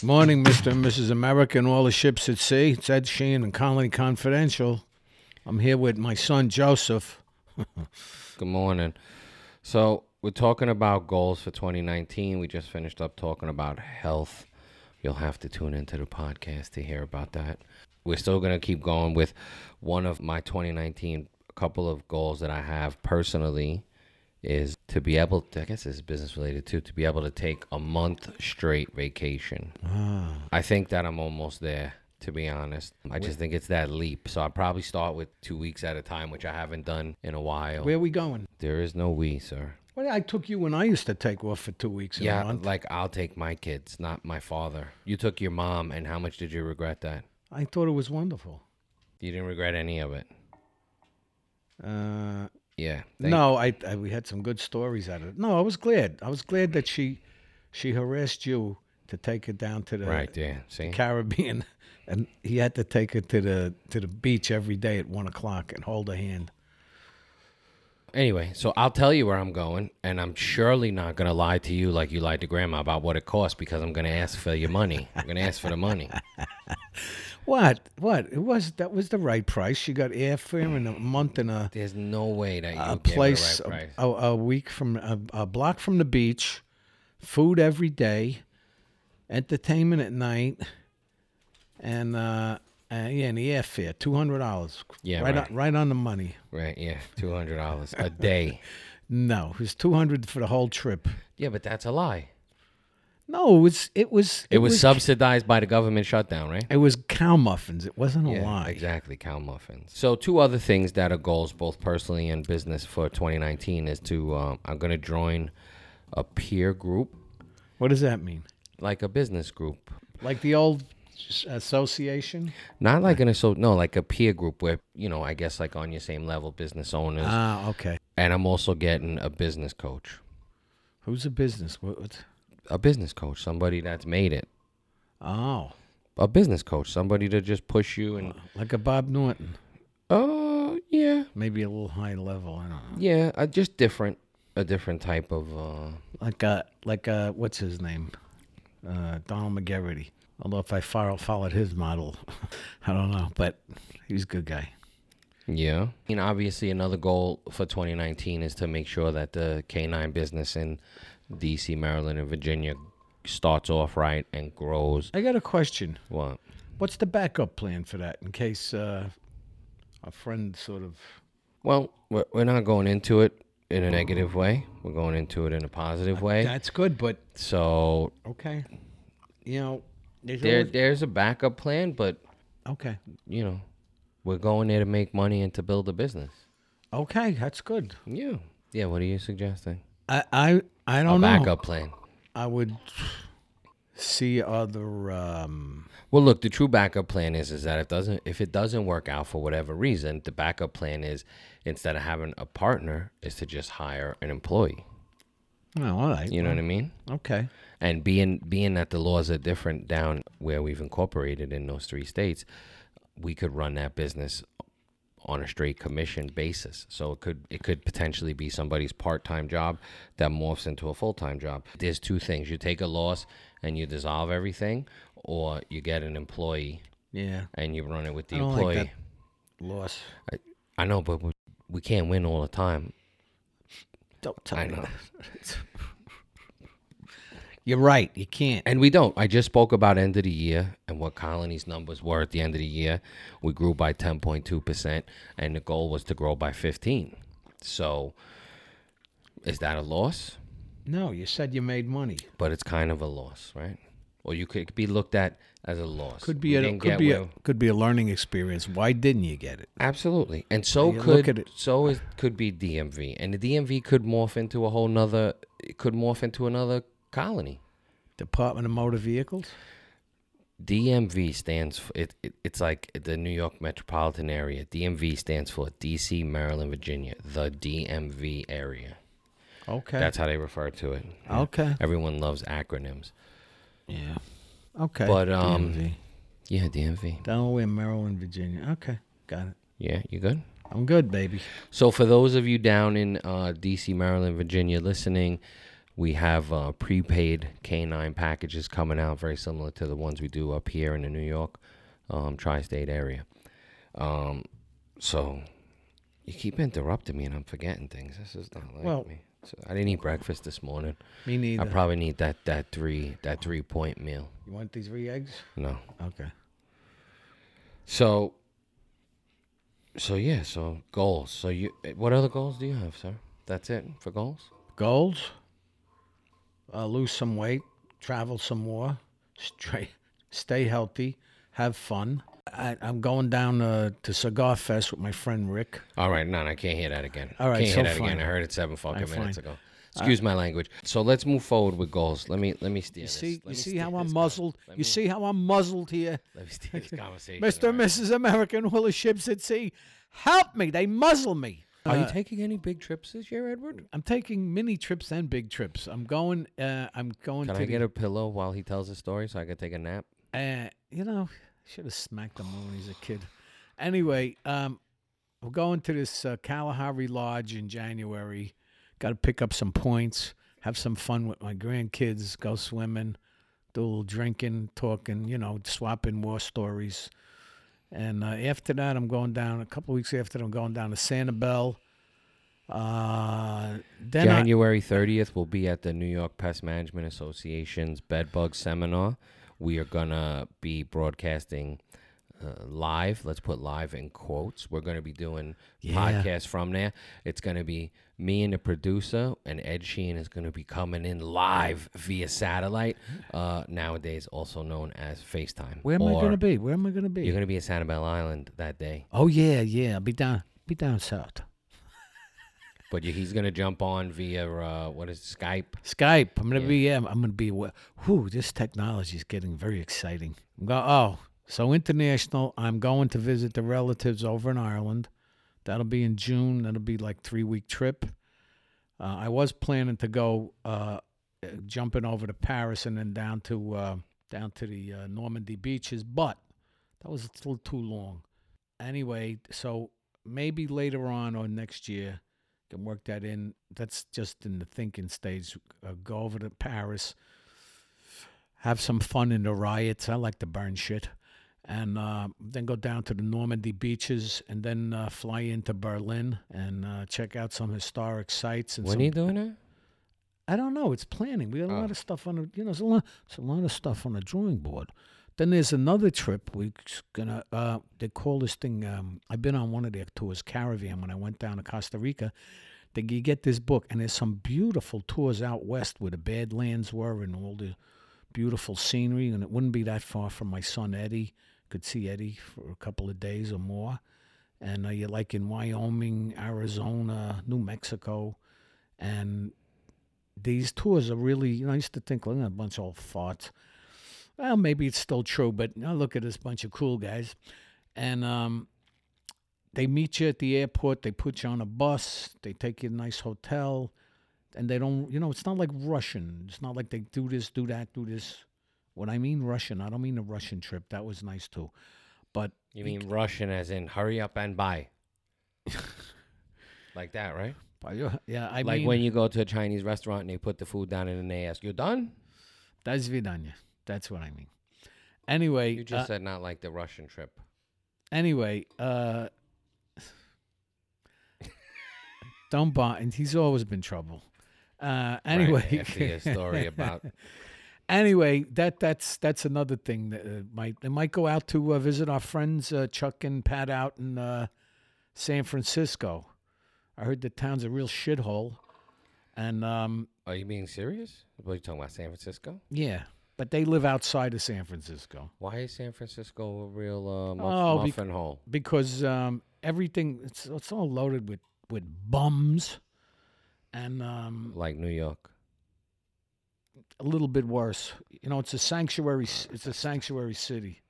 Morning, Mr. and Mrs. America, and all the ships at sea. It's Ed Sheehan and Colony Confidential. I'm here with my son Joseph. Good morning. So we're talking about goals for 2019. We just finished up talking about health. You'll have to tune into the podcast to hear about that. We're still going to keep going with one of my 2019 a couple of goals that I have personally is to be able to, I guess this is business related too, to be able to take a month straight vacation. I think that I'm almost there, to be honest. I just think it's that leap. So I probably start with two weeks at a time, which I haven't done in a while. Where are we going? There is no we, sir. Well, I took you when I used to take off for two weeks in Yeah, a month. like I'll take my kids, not my father. You took your mom, and how much did you regret that? I thought it was wonderful. You didn't regret any of it. Uh, Yeah. thank- no, I, I we had some good stories out of it. No, I was glad. I was glad that she she harassed you to take her down to the Right. Yeah. See. Caribbean, and he had to take her to the to the beach every day at one o'clock and hold her hand. Anyway, so I'll tell you where I'm going, and I'm surely not gonna lie to you like you lied to Grandma about what it costs because I'm gonna ask for your money. I'm gonna ask for the money. What? What? It was that was the right price. She got airfare in a month and a, There's no way that you a gave her the place, right price. a, a week from a, a block from the beach, food every day, entertainment at night, and uh, and yeah, and the airfare two hundred dollars. Yeah, right, right. On, right on the money. Right? Yeah. Two hundred dollars a day. No, it was two hundred for the whole trip. Yeah, but that's a lie. No, it was it was It, was, subsidized by the government shutdown, right? It was cow muffins. It wasn't a lie. Exactly, cow muffins. So, two other things that are goals, both personally and business for 2019, is to um, I'm going to join a peer group, What does that mean? like a business group, Like the old s- association? not like an so no, like a peer group where you know, I guess like on your same level, business owners. Ah, okay. and I'm also getting a business coach, Who's a business? What? what- a business coach, somebody that's made it, Oh, a business coach, somebody to just push you and like a Bob Norton. oh yeah, Maybe a little high level. I don't know. yeah, uh, just different, a different type of. Uh, Like a like a what's his name? Uh, Donald McGarity. Although if I follow, followed his model, I don't know. But he was a good guy. Yeah. And obviously, another goal for 2019 is to make sure that the K9 business in DC, Maryland, and Virginia starts off right and grows. I got a question. What? What's the backup plan for that in case uh, a friend sort of? Well, we're we're not going into it in a negative way, we're going into it in a positive way. That's good, but So okay. You know, there's there, always- there's a backup plan, but, okay. you know, we're going there to make money and to build a business. Okay, that's good. Yeah. Yeah. What are you suggesting? I I, I don't a know. backup plan. I would see other. Um, Well, look, the true backup plan is is that it doesn't if it doesn't work out for whatever reason, the backup plan is instead of having a partner is to just hire an employee. oh, all right. You know what I mean? Okay. And being being that the laws are different down where we've incorporated in those three states, we could run that business on a straight commission basis. So it could it could potentially be somebody's part-time job that morphs into a full-time job. There's two things. You take a loss and you dissolve everything or you get an employee Yeah. and you run it with the I don't like employee. that. Loss. I know, but we, we can't win all the time. Don't tell I me know. that. You're right. You can't. And we don't. I just spoke about end of the year and what Colony's numbers were at the end of the year. We grew by 10.2%, and the goal was to grow by 15. So is that a loss? No, you said you made money. But it's kind of a loss, right? Or you could it could be looked at as a loss. Could be We a didn't could get be where- a, could be a learning experience. Why didn't you get it? Absolutely, and so you could look at it- so is, could be DMV, and the DMV could morph into a whole nother. It could morph into another colony. Department of Motor Vehicles. DMV stands for it, it. It's like the New York metropolitan area. DMV stands for DC, Maryland, Virginia. The DMV area. Okay. That's how they refer to it. okay. Everyone loves acronyms. Yeah. Okay. But, um, DMV. Yeah, DMV. Delaware, Maryland, Virginia. Okay, got it. Yeah, you good? I'm good, baby. So for those of you down in uh, DC, Maryland, Virginia, listening, We have uh, prepaid K9 packages coming out, very similar to the ones we do up here in the New York um, tri state area. Um, so you keep interrupting me and I'm forgetting things. This is not like Well- me. So I didn't eat breakfast this morning. Me neither. I probably need that, that three that three point meal. you want these three eggs? No. Okay. So so yeah, so goals. So you what other goals do you have, sir? That's it for goals? Goals? Uh, lose some weight, travel some more, stray, stay healthy, have fun. I, I'm going down uh, to Cigar Fest with my friend Rick. All right, no, no, I can't hear that again. All right, can't so hear that fine. again. I heard it seven fucking All right, minutes fine. ago. Excuse my language. So let's move forward with goals. Let me let me steer. You this. see, Let you me see steer how I'm this- muzzled. You see how I'm muzzled here, Let me steer this conversation. Mr. and around. Mrs. American Willis Ships at Sea. Help me! They muzzle me. Are you taking any big trips this year, Edward? I'm taking mini trips and big trips. I'm going. Uh, I'm going Can to. I the- get a pillow while he tells his story so I can take a nap? Uh, you know, should have smacked him when he's a kid. Anyway, um, we're going to this uh, Kalahari Lodge in January. Got to pick up some points, have some fun with my grandkids, go swimming, do a little drinking, talking, you know, swapping war stories. And uh, after that, I'm going down. A couple weeks after, that, I'm going down to Sanibel. Uh, then I- January 30th, we'll be at the New York Pest Management Association's Bedbug Seminar. We are going to be broadcasting uh, live. Let's put live in quotes. We're going to be doing podcasts from there. It's going to be me and the producer, and Ed Sheehan is going to be coming in live via satellite, uh, nowadays also known as FaceTime. where am I going Or to be? Where am I going to be? You're going to be at Sanibel Island that day. oh yeah, yeah. I'll be down. Be down south. But he's going to jump on via, uh, what is it, Skype? Skype. I'm gonna be. Yeah, I'm gonna be. wa- Whew, this technology is getting very exciting. I'm go, oh, so international. I'm going to visit the relatives over in Ireland. That'll be in June. That'll be like three week trip. Uh, I was planning to go uh, uh, jumping over to Paris and then down to uh, down to the uh, Normandy beaches, but that was a little too long. Anyway, so maybe later on or next year can work that in. That's just in the thinking stage. Uh, go over to Paris, have some fun in the riots. I like to burn shit, and uh, then go down to the Normandy beaches, and then uh, fly into Berlin and uh, check out some historic sites. And When some, are you doing that? I don't know. It's planning. We got a lot of stuff on the you know. There's a lot. There's a lot of stuff on the drawing board. Then there's another trip. We're gonna. Uh, they call this thing. Um, I've been on one of their tours, Caravan, when I went down to Costa Rica. They you get this book, and there's some beautiful tours out west where the Badlands were and all the beautiful scenery. And it wouldn't be that far from my son Eddie. Could see Eddie for a couple of days or more. And uh, you're like in Wyoming, Arizona, New Mexico, and these tours are really, you know, I used to think, look at a bunch of old farts. Well, maybe it's still true, but I look at this bunch of cool guys. And um, they meet you at the airport, they put you on a bus, they take you to a nice hotel, and they don't, you know, it's not like Russian. It's not like they do this, do that, do this. When I mean Russian, I don't mean a Russian trip. That was nice too. But You mean Russian as in hurry up and buy? like that, right? yeah, I like mean, when you go to a Chinese restaurant and they put the food down and then they ask, You done? that's Vidanya. That's what I mean. Anyway, uh, You just said not like the Russian trip. anyway, uh, don't buy. And he's always been trouble. Uh, Right, anyway, after your story about anyway, that that's that's another thing that uh, might they might go out to uh, visit our friends uh, Chuck and Pat out in uh, San Francisco. I heard the town's a real shithole, and um, Are you being serious? What are you talking about? San Francisco? yeah, but they live outside of San Francisco. Why is San Francisco a real uh, muff- Oh, bec- muffin hole? because um, everything it's, it's all loaded with with bums and um, Like New York. a little bit worse you know it's a sanctuary c- it's a sanctuary city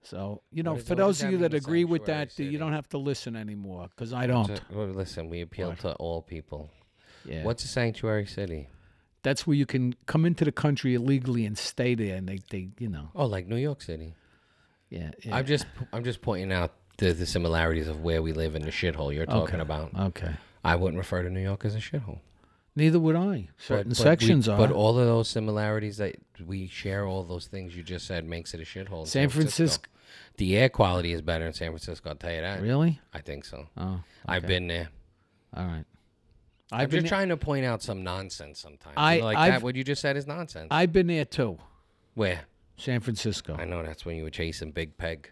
so you know What is- for what does those of that you that mean, agree with sanctuary that you city? don't have to listen anymore because i So- don't well, listen, we appeal to all people. yeah. What's a sanctuary city? that's where you can come into the country illegally and stay there and they, they you know Oh, like New York City. yeah, yeah. I'm just I'm just pointing out the, the similarities of where we live in the shithole you're talking about. okay I wouldn't refer to New York as a shithole. Neither would I. Certain sections we, are. But all of those similarities that we share, all those things you just said, makes it a shithole. in San Francisco. The air quality is better in San Francisco. I'll tell you that. Really? I think so. Oh, I've been there. all right. i am I've just been. trying to point out some nonsense sometimes. I- You know, like I've- that, what you just said is nonsense. I've been there too. Where? San Francisco. I know that's when you were chasing Big Peg.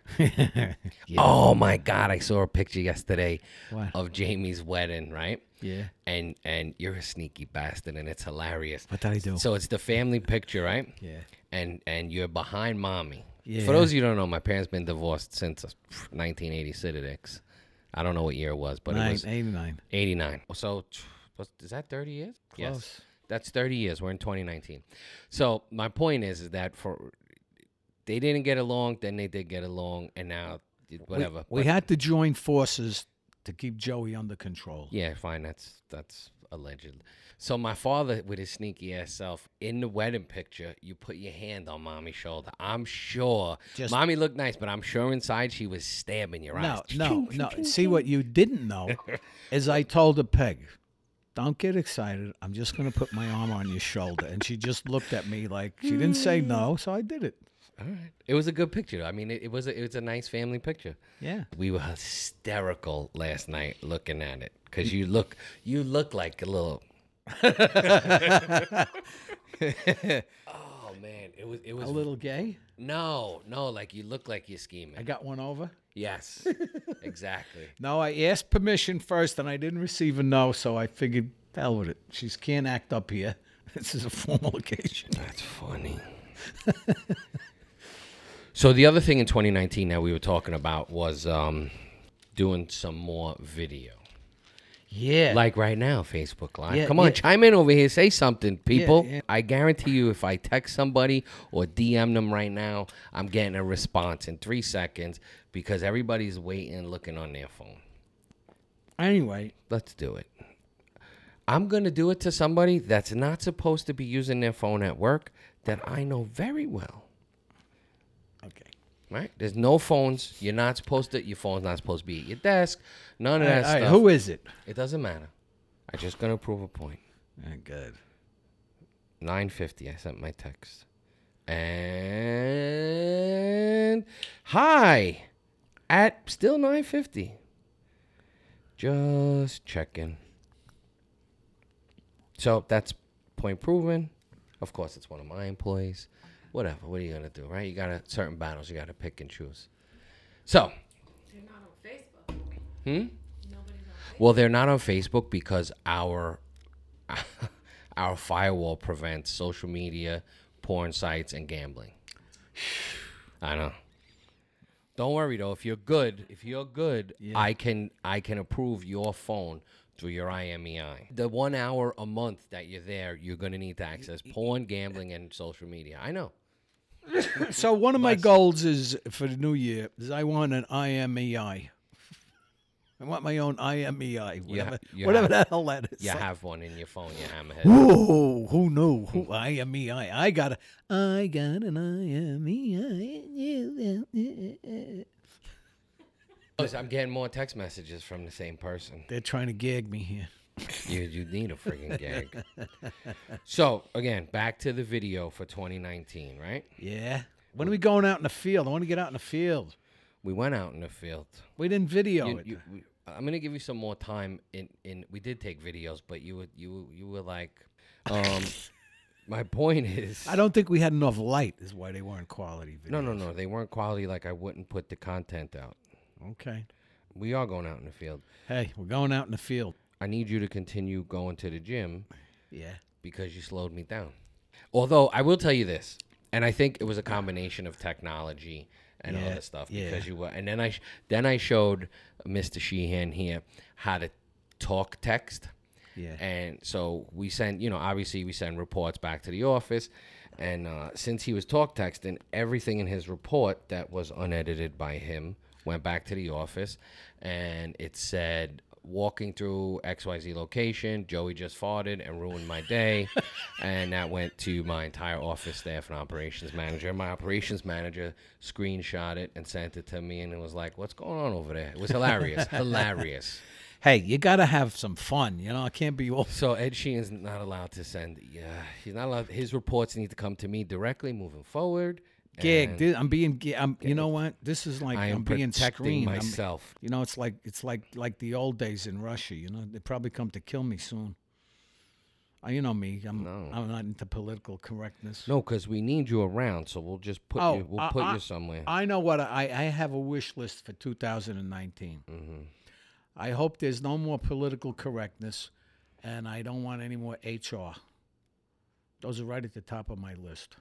Oh my God! I saw a picture yesterday What? of Jamie's wedding, right? Yeah. And and you're a sneaky bastard, and it's hilarious. What did I do? So it's the family picture, right? Yeah. And and you're behind mommy. Yeah. For those of you who don't know, my parents been divorced since uh, 1986. I don't know what year it was, but it Nine was eighty nine. 89. So t- was- is that 30 years? Close. Yes. That's 30 years. We're in 2019. So my point is, is that for they didn't get along, then they did get along, and now it- whatever. We But- had to join forces to keep Joey under control. yeah, fine. That's that's alleged. So my father, with his sneaky ass self, in the wedding picture, you put your hand on mommy's shoulder. I'm sure Just- mommy looked nice, but I'm sure inside she was stabbing your No, eyes. no, no. See what you didn't know is I told a peg, "Don't get excited. I'm just going to put my arm on your shoulder," and she just looked at me like she didn't say no, so I did it. All right. It was a good picture. though. I mean, it, it was a, it was a nice family picture. Yeah. We were hysterical last night looking at it because you look you look like a little. oh man, it was it was A little gay. no no like you look like you're I scheming. got one over. Yes, exactly. No, I asked permission first, and I didn't receive a no, so I figured, hell with it. She can't act up here. This is a formal occasion. That's funny. so the other thing in 2019 that we were talking about was um, doing some more video. Yeah. Like right now, Facebook Live. Yeah, Come on, yeah. chime in over here. Say something, people. yeah. I guarantee you, if I text somebody or DM them right now, I'm getting a response in three seconds because everybody's waiting and looking on their phone. anyway, Let's do it. I'm going to do it to somebody that's not supposed to be using their phone at work that I know very well. okay. Right? There's no phones. You're not supposed to. Your phone's not supposed to be at your desk. None of that all right, stuff. who is it? it doesn't matter. I'm just gonna prove a point. Oh, good. 9:50. I sent my text. And hi, at still 9:50. Just checking. So that's point proven. Of course, it's one of my employees. Whatever. What are you gonna do, right? You gotta certain battles. You gotta pick and choose. So They're not on Facebook. Hmm? Nobody's on Well, they're not on Facebook because our our firewall prevents social media, porn sites, and gambling. I know. Don't worry though. If you're good, if you're good, I can I can approve your phone through your E IMEI. The one hour a month that you're there, you're gonna need to access porn, gambling, and social media. I know. So one of my goals is for the new year is I want an IMEI. I want my own IMEI, whatever, you whatever have- the hell that is. You have one in your phone, you hammerhead. Whoa, who knew? Who IMEI? I got a, I E got an IMEI. I'm getting more text messages from the same person. They're trying to gag me here. You, you need a freaking gag. so again, back to the video for 2019, right? Yeah. When are we going out in the field? I want to get out in the field. We went out in the field. We didn't video You- Oh, it. you- we- I'm gonna give you some more time. In in we did take videos, but you were you were- you were like, um, my point is, I don't think we had enough light, is why they weren't quality video. no no no, they weren't quality. Like I wouldn't put the content out. Okay. We are going out in the field. Hey, we're going out in the field. I need you to continue going to the gym Yeah. because you slowed me down. Although I will tell you this, and I think it was a combination of technology and all Yeah, this stuff yeah. because you were. And then I sh- then I showed Mr. Sheehan here how to talk text, Yeah. and so we send you know obviously we send reports back to the office, and uh, since he was talk texting, everything in his report that was unedited by him went back to the office, and it said. Walking through XYZ location, Joey just farted and ruined my day. and that went to my entire office staff and operations manager. My operations manager screenshot it and sent it to me, and it was like, "What's going on over there?" It was hilarious, hilarious. hey, you got to have some fun. You know, I can't be all. So Ed Sheeran's not allowed to send. Yeah, he's not allowed. His reports need to come to me directly moving forward. Gig. and Dude, I'm being. gi- I'm, you know what? This is like I I'm am being protecting screened. I'm- myself. you know, it's like it's like like the old days in Russia. You know, they probably come to kill me soon. Uh, you know me. I'm No. I'm not into political correctness. No, because we need you around, so we'll just put Oh, you. We'll I- put I- you somewhere. I know what I I have a wish list for 2019. Mm-hmm. I hope there's no more political correctness, and I don't want any more HR. Those are right at the top of my list.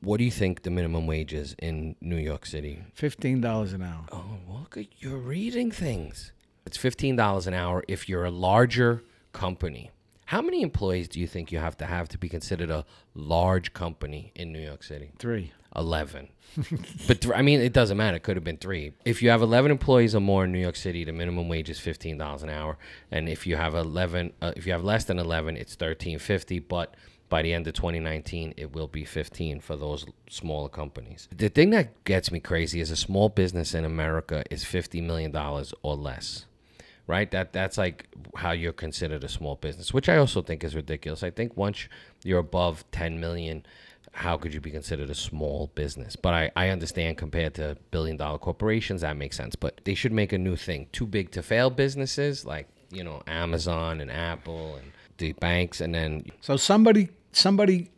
what do you think the minimum wage is in New York City? Fifteen dollars an hour. Oh, look at you're reading things. It's fifteen dollars an hour if you're a larger company. How many employees do you think you have to have to be considered a large company in New York City? Three. 11. but th- I mean, it doesn't matter. It could have been three. If you have 11 employees or more in New York City, the minimum wage is $15 an hour. And if you have 11, uh, if you have less than 11, it's 13.50. But by the end of 2019, it will be 15 for those l- smaller companies. The thing that gets me crazy is a small business in America is $50 million or less right? That that's like how you're considered a small business, which I also think is ridiculous. I think once you're above 10 million, how could you be considered a small business? But I, I understand compared to billion dollar corporations, that makes sense. But they should make a new thing. Too big to fail businesses like, you know, Amazon and Apple and the banks and then So somebody somebody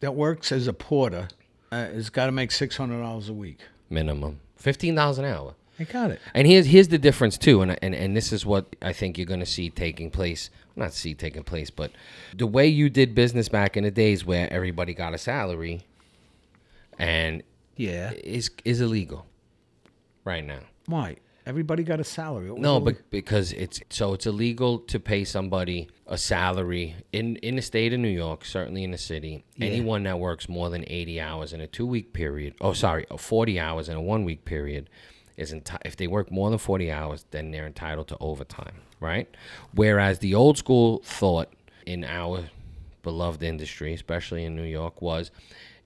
that works as a porter uh, has got to make six hundred dollars a week. minimum $15 an hour. I got it. And here's here's the difference too, and and, and this is what I think you're going to see taking place. Not see taking place, but the way you did business back in the days where everybody got a salary, and Yeah. is is illegal right now. Why? Everybody got a salary. What was No, all the- but because it's so it's illegal to pay somebody a salary in in the state of New York, certainly in the city. Anyone that works more than eighty hours in a two week period, oh sorry, uh, forty hours in a one week period, is enti- if they work more than forty hours, then they're entitled to overtime, right? Whereas the old school thought in our beloved industry, especially in New York, was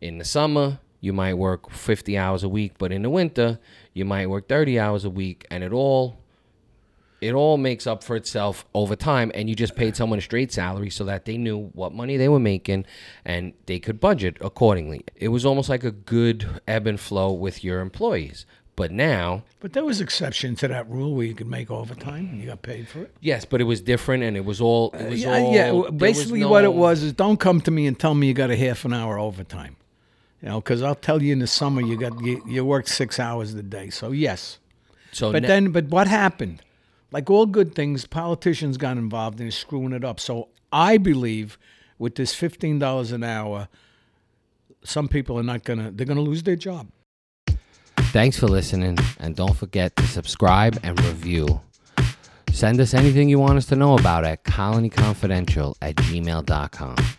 in the summer you might work 50 hours a week, but in the winter you might work 30 hours a week, and it all it all makes up for itself over time and you just paid someone a straight salary so that they knew what money they were making and they could budget accordingly it was almost like a good ebb and flow with your employees but now but there was exception to that rule where you could make overtime and you got paid for it. yes but it was different and it was all it was Uh, Yeah, all, yeah. there w- was Basically, what no- it was is don't come to me and tell me you got a half an hour overtime. You know, because I'll tell you in the summer you got you, you worked six hours a day. So yes, so but ne- then but what happened? Like all good things, politicians got involved and is screwing it up. So I believe with this fifteen dollars an hour, some people are not gonna they're gonna lose their job. Thanks for listening, and don't forget to subscribe and review. Send us anything you want us to know about at colonyconfidential at gmail.com.